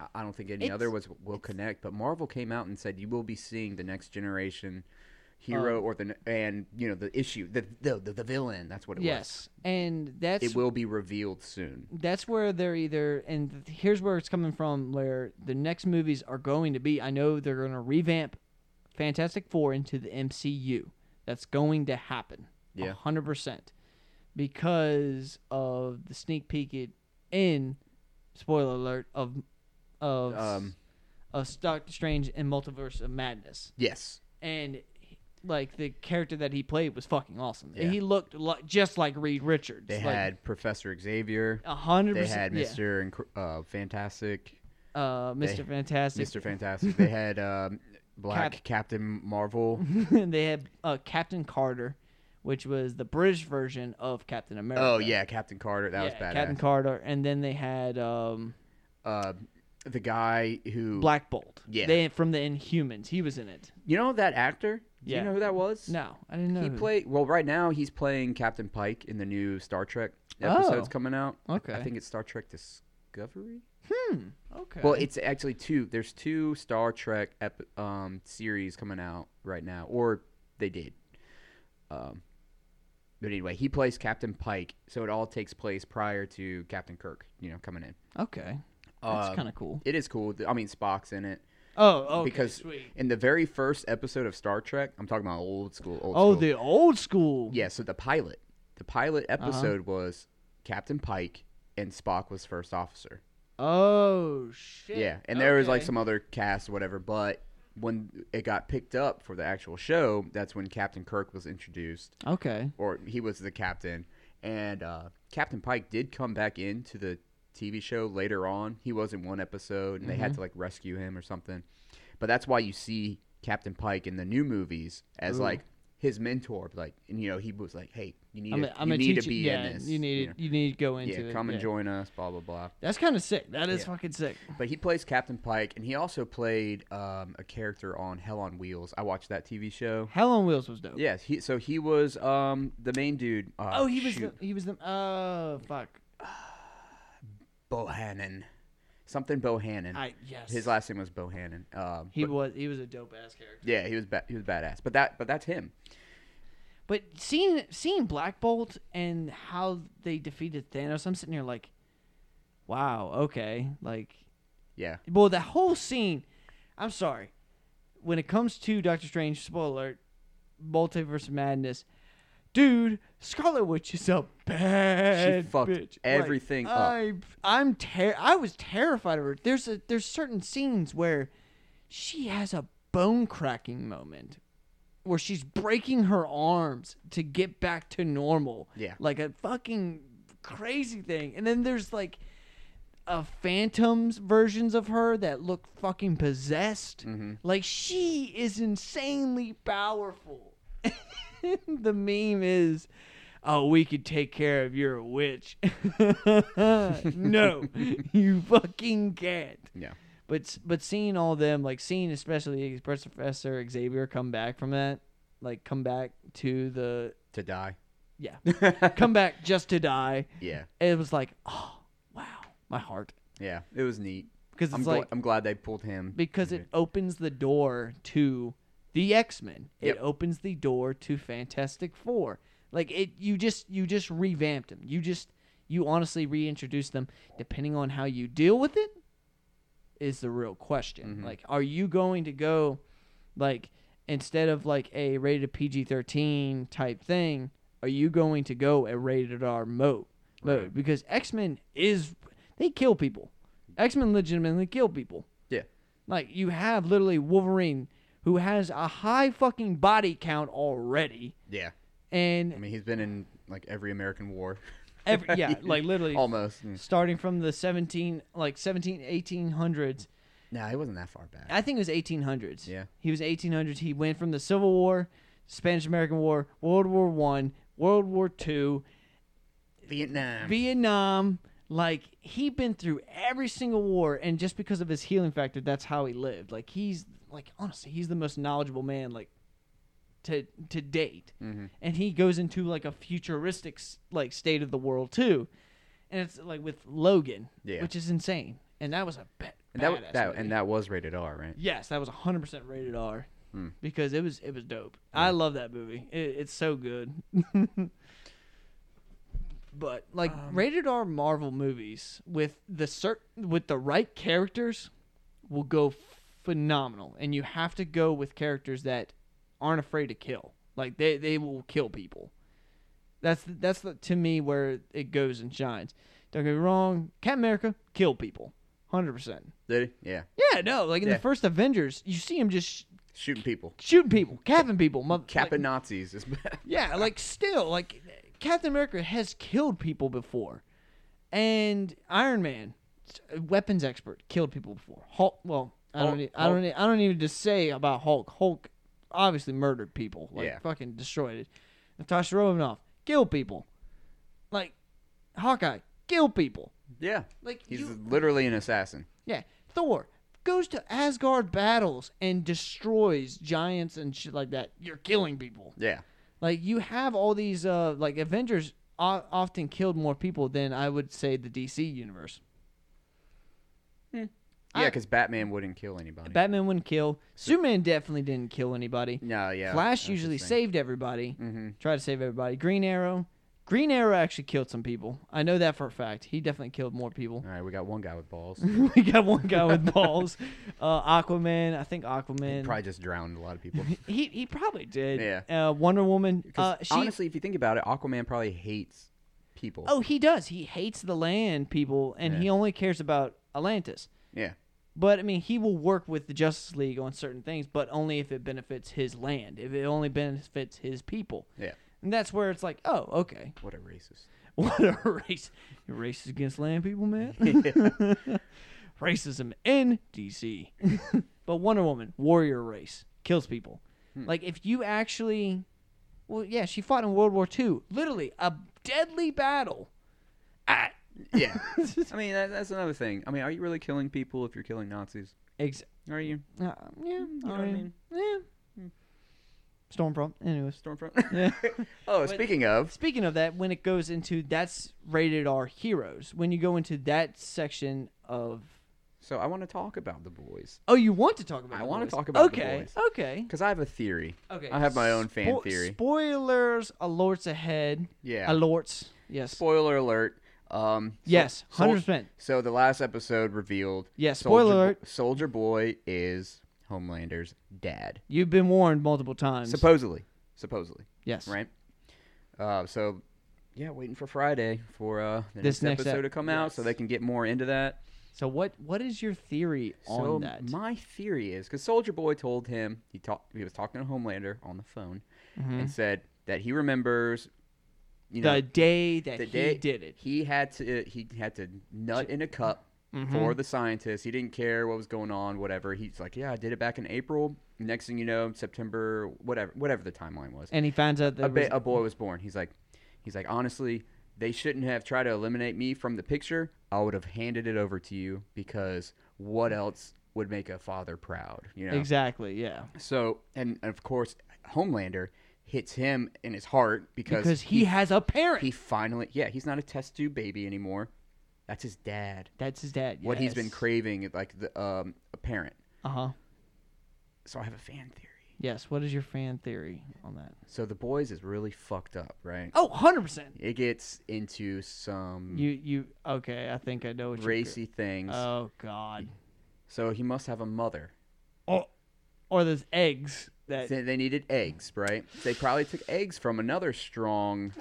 B: I- I don't think any
A: It's-
B: other was will connect. But Marvel came out and said you will be seeing the next
A: Um,
B: generation hero or the and you know the issue the the the, the villain. That's what it
A: Yes. And that's
B: was. It will be revealed soon.
A: that's where they're either and th- here's where it's coming from where the next movies are going to be i know they're going to revamp fantastic four into the mcu that's going to happen a
B: Yeah.
A: 100% because of the sneak peek it in spoiler alert of of
B: Um.
A: of doctor strange and multiverse of madness
B: Yes.
A: and like the character that he played was fucking awesome
B: Yeah.
A: he looked like just like reed richards
B: They
A: like,
B: had Professor Xavier.
A: a hundred
B: They
A: percent
B: had
A: yeah.
B: Mister uh, Fantastic.
A: uh, Mr.
B: They-
A: Fantastic.
B: Mister Fantastic. They had um, Black Captain Marvel.
A: they had uh, Captain Carter, which was the British version of Captain America.
B: Oh yeah, Captain Carter. That was
A: Yeah,
B: badass.
A: Captain Carter, and then they had um,
B: uh, the guy who
A: Black Bolt.
B: Yeah.
A: they from the Inhumans. He was in it.
B: you know that actor do
A: Yeah.
B: you know who that was
A: No, I didn't know.
B: he
A: who-
B: played well right now he's playing captain pike in the new star trek episodes
A: Oh.
B: coming out I-
A: Okay.
B: i think it's star trek discovery
A: Okay.
B: well it's actually two there's two star trek ep- um series coming out right now or they did um but anyway he plays captain pike so it all takes place prior to captain kirk you know coming in
A: okay. That's
B: Um,
A: kind of cool.
B: it is cool i mean spock's in it
A: Oh, oh,
B: because
A: sweet.
B: in the very first episode of Star Trek, I'm talking about old school. Old
A: Oh,
B: school.
A: the Uh-huh. old school.
B: yeah. So the pilot, the pilot episode was Captain Pike and Spock was first officer.
A: Oh shit.
B: Yeah, and there was like
A: Okay.
B: some other cast, or whatever. But when it got picked up for the actual show, that's when Captain Kirk was introduced,
A: Okay.
B: or he was the captain. And uh, Captain Pike did come back into the TV show later on. He was in one episode, and they
A: Mm-hmm.
B: had to like rescue him or something. But that's why you see Captain Pike in the new movies as
A: Ooh.
B: like his mentor, like and you know he was like, "Hey, you need
A: I'm
B: to-
A: a, I'm
B: you
A: a
B: need
A: teacher.
B: to be
A: yeah,
B: in this.
A: you need
B: know.
A: you need to go into
B: yeah,
A: it.
B: come and
A: yeah.
B: join us." Blah blah blah.
A: That's kind of sick. That is
B: Yeah.
A: fucking sick.
B: But he plays Captain Pike, and he also played um, a character on Hell on Wheels. I watched that TV show.
A: Hell on Wheels was dope.
B: Yes, he so he was um, the main dude. Uh,
A: Oh, he was the,
B: shoot,
A: he was the oh fuck.
B: Bohannon, something Bohannon.
A: I yes.
B: His last name was Bohannon. Um,
A: He
B: but-
A: was he was a dope ass character.
B: yeah, he was ba- he was badass. But that but that's him.
A: But seeing seeing Black Bolt and how they defeated Thanos, I'm sitting here like, wow, okay, like
B: Yeah,
A: well that whole scene. I'm sorry, when it comes to Doctor Strange, spoiler alert, Multiverse of Madness, dude, Scarlet Witch is a bad
B: fucked
A: bitch. Like,
B: everything up.
A: I I'm ter- I was terrified of her. There's a there's certain scenes where she has a bone cracking moment where she's breaking her arms to get back to normal.
B: Yeah.
A: Like a fucking crazy thing. And then there's like a phantoms versions of her that look fucking possessed. Like she is insanely powerful. the meme is Oh, we could take care of your witch. no, you fucking can't.
B: yeah,
A: But s- but seeing all them, like seeing especially Professor Xavier come back from that, like come back to the
B: to die.
A: yeah, come back just to die.
B: Yeah,
A: It was like oh wow, my heart
B: yeah, it was neat.
A: because it's
B: I'm gl-
A: like
B: I'm glad they pulled him.
A: because it opens the door to the X Men.
B: Yep.
A: It opens the door to Fantastic Four. Like it, you just you just revamped them. You just you honestly reintroduce them. Depending on how you deal with it, is the real question. Like, are you going to go, like, instead of like a rated PG thirteen type thing, are you going to go a rated R mode? Mode because X Men is they kill people. X Men legitimately kill people.
B: Yeah,
A: Like you have literally Wolverine who has a high fucking body count already
B: yeah.
A: and
B: I mean, he's been in like every American war,
A: every yeah, like literally
B: almost. Mm.
A: starting from the 17 like 17 1800s.
B: Nah, he wasn't that far back.
A: I think it was 1800s.
B: Yeah.
A: He was 1800s. He went from the Civil War, Spanish American War, World War 1, World War 2,
B: Vietnam.
A: Vietnam. Like he been through every single war, and just because of his healing factor, that's how he lived. Like he's like honestly, he's the most knowledgeable man like to to date,
B: Mm-hmm.
A: and he goes into like a futuristic s- like state of the world too, and it's like with Logan,
B: Yeah.
A: which is insane, and that was a ba-
B: and that,
A: badass
B: that
A: movie.
B: and that was rated R, right?
A: Yes, that was 100% rated R because it was it was dope. I love that movie. It, it's so good. but like rated R Marvel movies with the cert- with the right characters will go phenomenal and you have to go with characters that aren't afraid to kill. Like they they will kill people. That's that's the, to me where it goes and shines. Don't get me wrong, Captain America kill people. 100%.
B: Did he? Yeah,
A: Yeah, no, like in
B: Yeah.
A: the first Avengers, you see him just sh-
B: shooting people,
A: shooting people, capping people, mother-
B: capping
A: Like,
B: Nazis. Is
A: yeah, like still, like Captain America has killed people before, and Iron Man, s- weapons expert, killed people before. Hulk, well, I
B: Hulk-
A: don't, need, I
B: Hulk-
A: don't, need, I don't even just say about Hulk. Hulk obviously murdered people, like
B: Yeah.
A: fucking destroyed it. Natasha Romanoff killed people, like Hawkeye killed people,
B: yeah,
A: like
B: he's
A: you,
B: literally an assassin.
A: yeah, Thor goes to Asgard battles and destroys giants and shit like that. You're killing people.
B: Yeah,
A: Like you have all these uh like Avengers o- often killed more people than I would say the DC universe.
B: yeah,
A: I-
B: because Batman wouldn't kill anybody.
A: Batman wouldn't kill. Superman definitely didn't kill anybody.
B: no, yeah.
A: Flash
B: that's the
A: usually
B: thing. Mm-hmm.
A: saved everybody. Tried to save everybody. Green Arrow. Green Arrow actually killed some people. I know that for a fact. He definitely killed more people.
B: All right, we got one guy with balls.
A: we got one guy with balls. Uh, Aquaman. I think Aquaman.
B: Probably just drowned a lot of people.
A: He he probably did.
B: Yeah.
A: Uh, Wonder Woman.
B: 'Cause
A: Uh, she.
B: honestly, if you think about it, Aquaman probably hates people.
A: oh, he does. He hates the land people, and he only cares about Atlantis.
B: Yeah,
A: But I mean, he will work with the Justice League on certain things, but only if it benefits his land, if it only benefits his people.
B: Yeah.
A: And that's where it's like, oh, okay,
B: What a racist.
A: what a race, You're racist against land people, man. Racism in DC. but Wonder Woman, warrior race, kills people.
B: Hmm.
A: Like if you actually, well, yeah, she fought in World War II, literally a deadly battle. Ah,
B: Yeah. I mean, that, that's another thing. I mean, are you really killing people if you're killing Nazis?
A: ex-
B: Are you?
A: uh, yeah,
B: know what I
A: I mean,
B: mean? Hmm.
A: yeah. Stormfront, anyways.
B: Stormfront?
A: Yeah.
B: oh, speaking of.
A: Speaking of that, when it goes into that's rated R heroes. When you go into that section of
B: So I want to talk about the boys.
A: oh, you want to talk about?
B: I
A: the
B: wanna
A: boys.
B: talk about the
A: Okay,
B: boys.
A: okay,
B: Because I have a theory.
A: okay.
B: I have my own fan
A: Spo-
B: theory.
A: Spoilers alerts ahead.
B: Yeah.
A: Alerts. Yes.
B: Spoiler alert. Um, so-
A: yes.
B: Sol-
A: Hundred percent.
B: So the last episode revealed.
A: Yeah, spoiler
B: Soldier Bo-
A: alert.
B: Soldier Boy is Homelander's dad.
A: You've been warned multiple times.
B: Supposedly. Supposedly.
A: yes.
B: Right? Uh, so, yeah, waiting for Friday for uh, the
A: This
B: next,
A: next
B: episode
A: ep-
B: to come out so
A: yes.
B: they can get more into that.
A: So what what is your theory
B: so
A: on that?
B: my theory is because Soldier Boy told him he talked he was talking to Homelander on the phone and said that he remembers, you know,
A: Mm-hmm. the day that
B: the
A: he
B: day
A: did it.
B: He had to uh, he had to nut in a cup
A: Mm-hmm.
B: for the scientists. He didn't care what was going on, whatever. He's like, yeah, I did it back in April. Next thing you know, September, whatever, whatever the timeline was,
A: And he finds out that
B: a,
A: it was-
B: ba- oh, a boy was born. He's like, he's like, honestly, they shouldn't have tried to eliminate me from the picture. I would have handed it over to you because what else would make a father proud? You know.
A: exactly, yeah.
B: So, and of course, Homelander hits him in his heart because,
A: Because he, has a parent.
B: he finally yeah he's not a test tube baby anymore that's his dad
A: That's his dad.
B: what he's been
A: yes.
B: craving like the um a parent
A: Uh huh.
B: so i have a fan theory
A: Yes. What is your fan theory on that?
B: so the boys is really fucked up right
A: Oh, 100%.
B: it gets into some
A: You, you, okay. I think I know what you're
B: racy things
A: Oh, God.
B: so he must have a mother
A: Oh, or those eggs that.
B: they, they needed eggs right they probably took eggs from another strong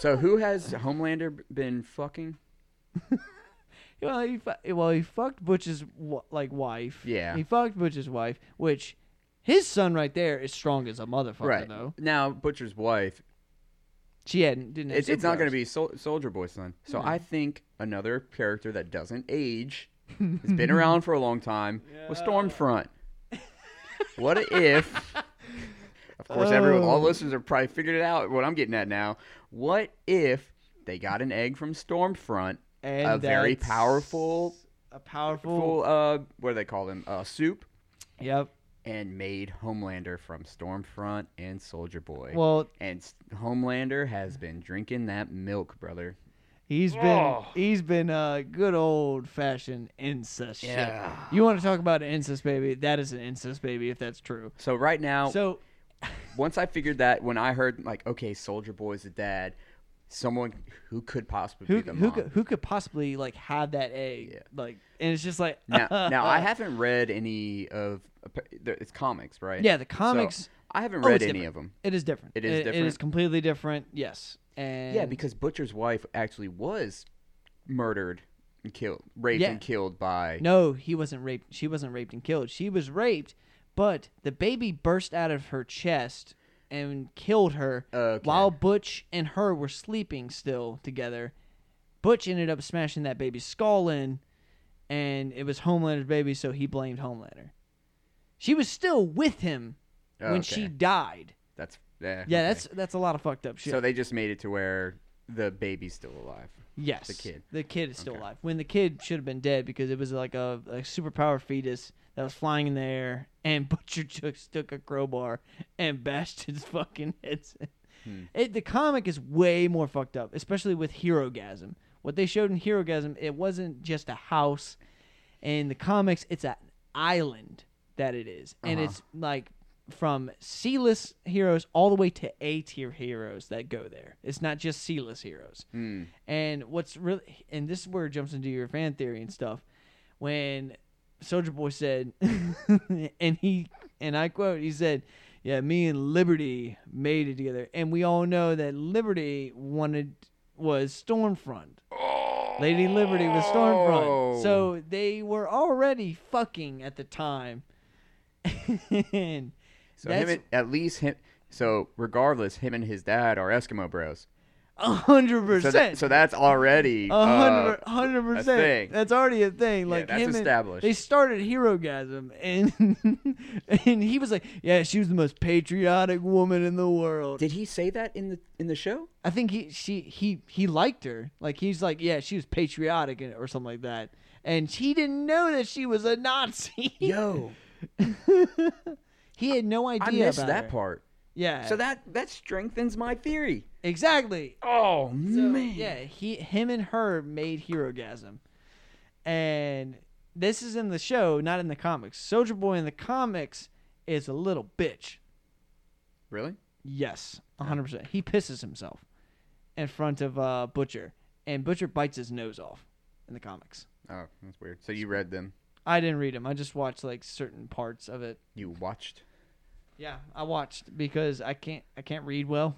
B: so who has homelander b- been fucking
A: Well, he, fu- well, he fucked Butch's, wa- like, wife.
B: Yeah.
A: He fucked Butch's wife, which his son right there is strong as a motherfucker,
B: right
A: though.
B: now butcher's wife
A: She hadn't, didn't have
B: it's, it's not going
A: to
B: to be Sol- Soldier Boy son. So I think another character that doesn't age, has been around for a long time, was Stormfront. what if? Of course, everyone, all listeners have probably figured it out. What I'm getting at now. What if they got an egg from Stormfront,
A: And
B: a very
A: that's
B: powerful,
A: A powerful.
B: full, uh, what do they call them, uh, soup,
A: Yep.
B: and made Homelander from Stormfront and Soldier Boy.
A: Well,
B: and S- Homelander has been drinking that milk, brother.
A: He's been
B: Oh.
A: he's been uh, good old fashioned incest
B: Yeah.
A: shit. You want to talk about an incest baby? That is an incest baby if that's true.
B: So right now,
A: So
B: once I figured that, when I heard like, okay, Soldier Boy's the dad, someone who could possibly
A: who
B: be the
A: who
B: mom.
A: could, who could possibly like have that egg?
B: Yeah.
A: Like and it's just like
B: now, now I haven't read any of it's comics, right?
A: Yeah, the
B: So,
A: comics-
B: I haven't
A: Oh,
B: read
A: it's
B: any
A: different.
B: of them.
A: it is different.
B: It is
A: It is
B: different?
A: completely different. Yes. And
B: Yeah, because Butcher's wife actually was murdered and killed, raped
A: Yeah.
B: and killed by.
A: no, he wasn't raped. She wasn't raped and killed. She was raped, but the baby burst out of her chest and killed her
B: Oh, Okay.
A: while Butch and her were sleeping still together. Butch ended up smashing that baby's skull in, and it was Homelander's baby, so he blamed Homelander. She was still with him when she
B: Okay.
A: died.
B: That's yeah.
A: Yeah,
B: okay.
A: that's that's a lot of fucked up shit.
B: So they just made it to where the baby's still alive.
A: Yes.
B: The kid.
A: The kid is still
B: Okay.
A: alive. When the kid should have been dead because it was like a, a superpower fetus that was flying in the air, and Butcher just took a crowbar and bashed his fucking heads in.
B: Hmm.
A: It, the comic is way more fucked up, especially with Herogasm. What they showed in Herogasm, it wasn't just a house. In the comics, it's an island that it is. And
B: Uh-huh.
A: it's like from C-list heroes all the way to A-tier heroes that go there. It's not just C-list heroes.
B: Hmm.
A: And what's really and this is where it jumps into your fan theory and stuff. When Soldier Boy said and he and I quote, he said, Yeah, me and Liberty made it together. And we all know that Liberty wanted was Stormfront. Lady Liberty with Stormfront.
B: Oh.
A: So they were already fucking at the time. and
B: So him
A: that's
B: and, at least him. So regardless, him and his dad are Eskimo bros.
A: a hundred
B: So,
A: percent.
B: that, so that's already
A: A
B: uh,
A: hundred, a hundred percent.
B: thing.
A: That's already a thing.
B: Yeah,
A: Like
B: that's
A: him and-
B: established.
A: they started Herogasm, and and he was like, "Yeah, she was the most patriotic woman in the world."
B: Did he say that in the in the show?
A: I think he she he he liked her. Like he's like, "Yeah, she was patriotic," and, or something like that. And he didn't know that she was a Nazi.
B: Yo,
A: he had no idea.
B: I missed
A: about
B: that
A: her.
B: part.
A: Yeah.
B: So that that strengthens my theory.
A: exactly.
B: Oh
A: So,
B: man.
A: yeah, he him and her made Herogasm. And this is in the show, not in the comics. Soldier Boy in the comics is a little bitch.
B: Really?
A: Yes, 100%. He pisses himself in front of uh, Butcher, and Butcher bites his nose off in the comics.
B: Oh, that's weird. So you read them?
A: I didn't read him. I just watched like certain parts of it.
B: You watched?
A: Yeah, I watched because I can't I can't read well.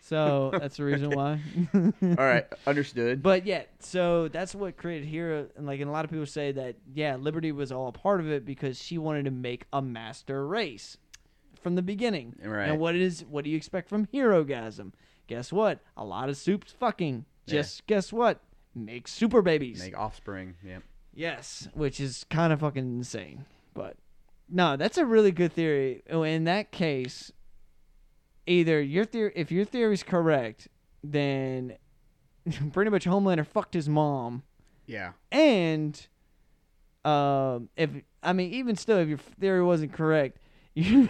A: So that's the reason why.
B: All right, understood.
A: But yeah, so that's what created Hero, and like, and a lot of people say that yeah, Liberty was all a part of it because she wanted to make a master race from the beginning.
B: Right.
A: And what is what do you expect from Herogasm? Guess what? A lot of soups fucking.
B: Yeah.
A: Just guess what? Make super babies.
B: Make offspring. Yeah.
A: Yes, which is kind of fucking insane. But no, that's a really good theory. Oh, In that case, either your theory, if your theory's correct, then pretty much Homelander fucked his mom,
B: Yeah.
A: and um, if I mean even still, if your theory wasn't correct, you,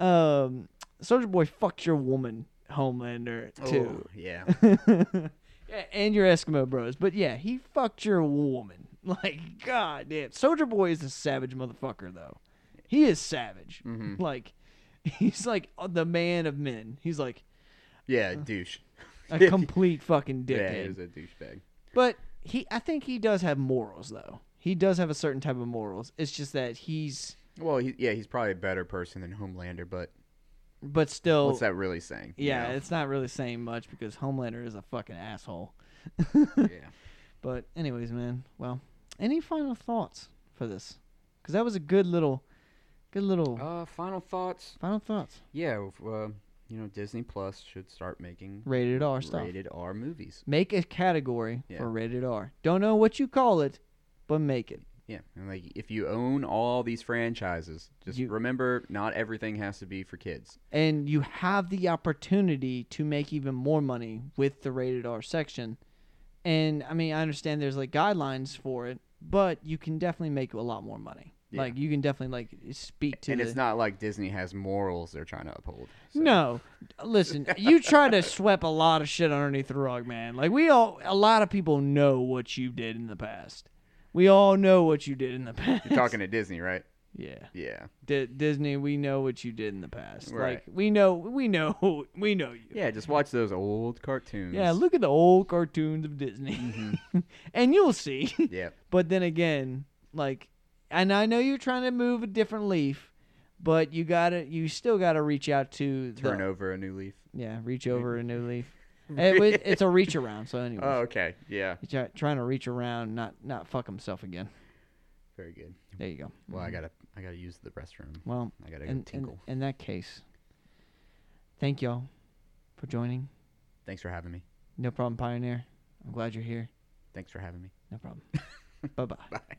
A: um, Soldier Boy fucked your woman, Homelander too.
B: Oh, yeah.
A: yeah, and your Eskimo bros. But yeah, he fucked your woman. Like, god damn. Soldier Boy is a savage motherfucker, though. He is savage.
B: Mhm.
A: Like, he's like uh, the man of men. He's like
B: Yeah, douche.
A: a complete fucking
B: yeah,
A: dickhead.
B: he was a douchebag.
A: But he, I think he does have morals, though. He does have a certain type of morals. It's just that he's,
B: Well, he, yeah, he's probably a better person than Homelander, but
A: but still,
B: what's that really saying? you
A: Oh. yeah,
B: know?
A: it's not really saying much because Homelander is a fucking asshole.
B: yeah.
A: But anyways, man. Well, any final thoughts for this? Because that was a good little, good little
B: Uh, final thoughts.
A: final thoughts.
B: Yeah, if, uh, you know, Disney Plus should start making
A: Rated R stuff.
B: rated R movies.
A: Make a category
B: Yeah.
A: for rated R. Don't know what you call it, but make it.
B: Yeah, and like if you own all these franchises, just
A: You-
B: remember not everything has to be for kids.
A: And you have the opportunity to make even more money with the rated R section. And I mean, I understand there's like guidelines for it, but you can definitely make a lot more money.
B: Yeah.
A: Like you can definitely like speak to
B: and
A: the,
B: it's not like Disney has morals they're trying to uphold. so-
A: No, listen. You try to sweep a lot of shit underneath the rug, man. Like we all, a lot of people know what you did in the past. We all know what you did in the past.
B: You're talking to Disney, right?
A: yeah,
B: Yeah.
A: D- Disney. We know what you did in the past.
B: Right.
A: Like we know, we know, we know you.
B: Yeah, just watch those old cartoons.
A: Yeah, look at the old cartoons of Disney,
B: Mm-hmm.
A: and you'll see.
B: Yeah.
A: But then again, like, and I know you're trying to move a different leaf, but you gotta, you still gotta reach out to the
B: Turn over a new leaf.
A: Yeah, reach over a new leaf. It was- it's a reach around. So anyway,
B: Oh, okay. Yeah.
A: he's try- trying to reach around, not not fuck himself again.
B: Very good.
A: There you go.
B: Well, I gotta, I gotta use the restroom.
A: Well,
B: I gotta go
A: in, in,
B: tinkle.
A: in that case, thank y'all for joining.
B: Thanks for having me.
A: No problem, Pioneer. I'm glad you're here.
B: Thanks for having me.
A: No problem. bye bye.
B: Bye.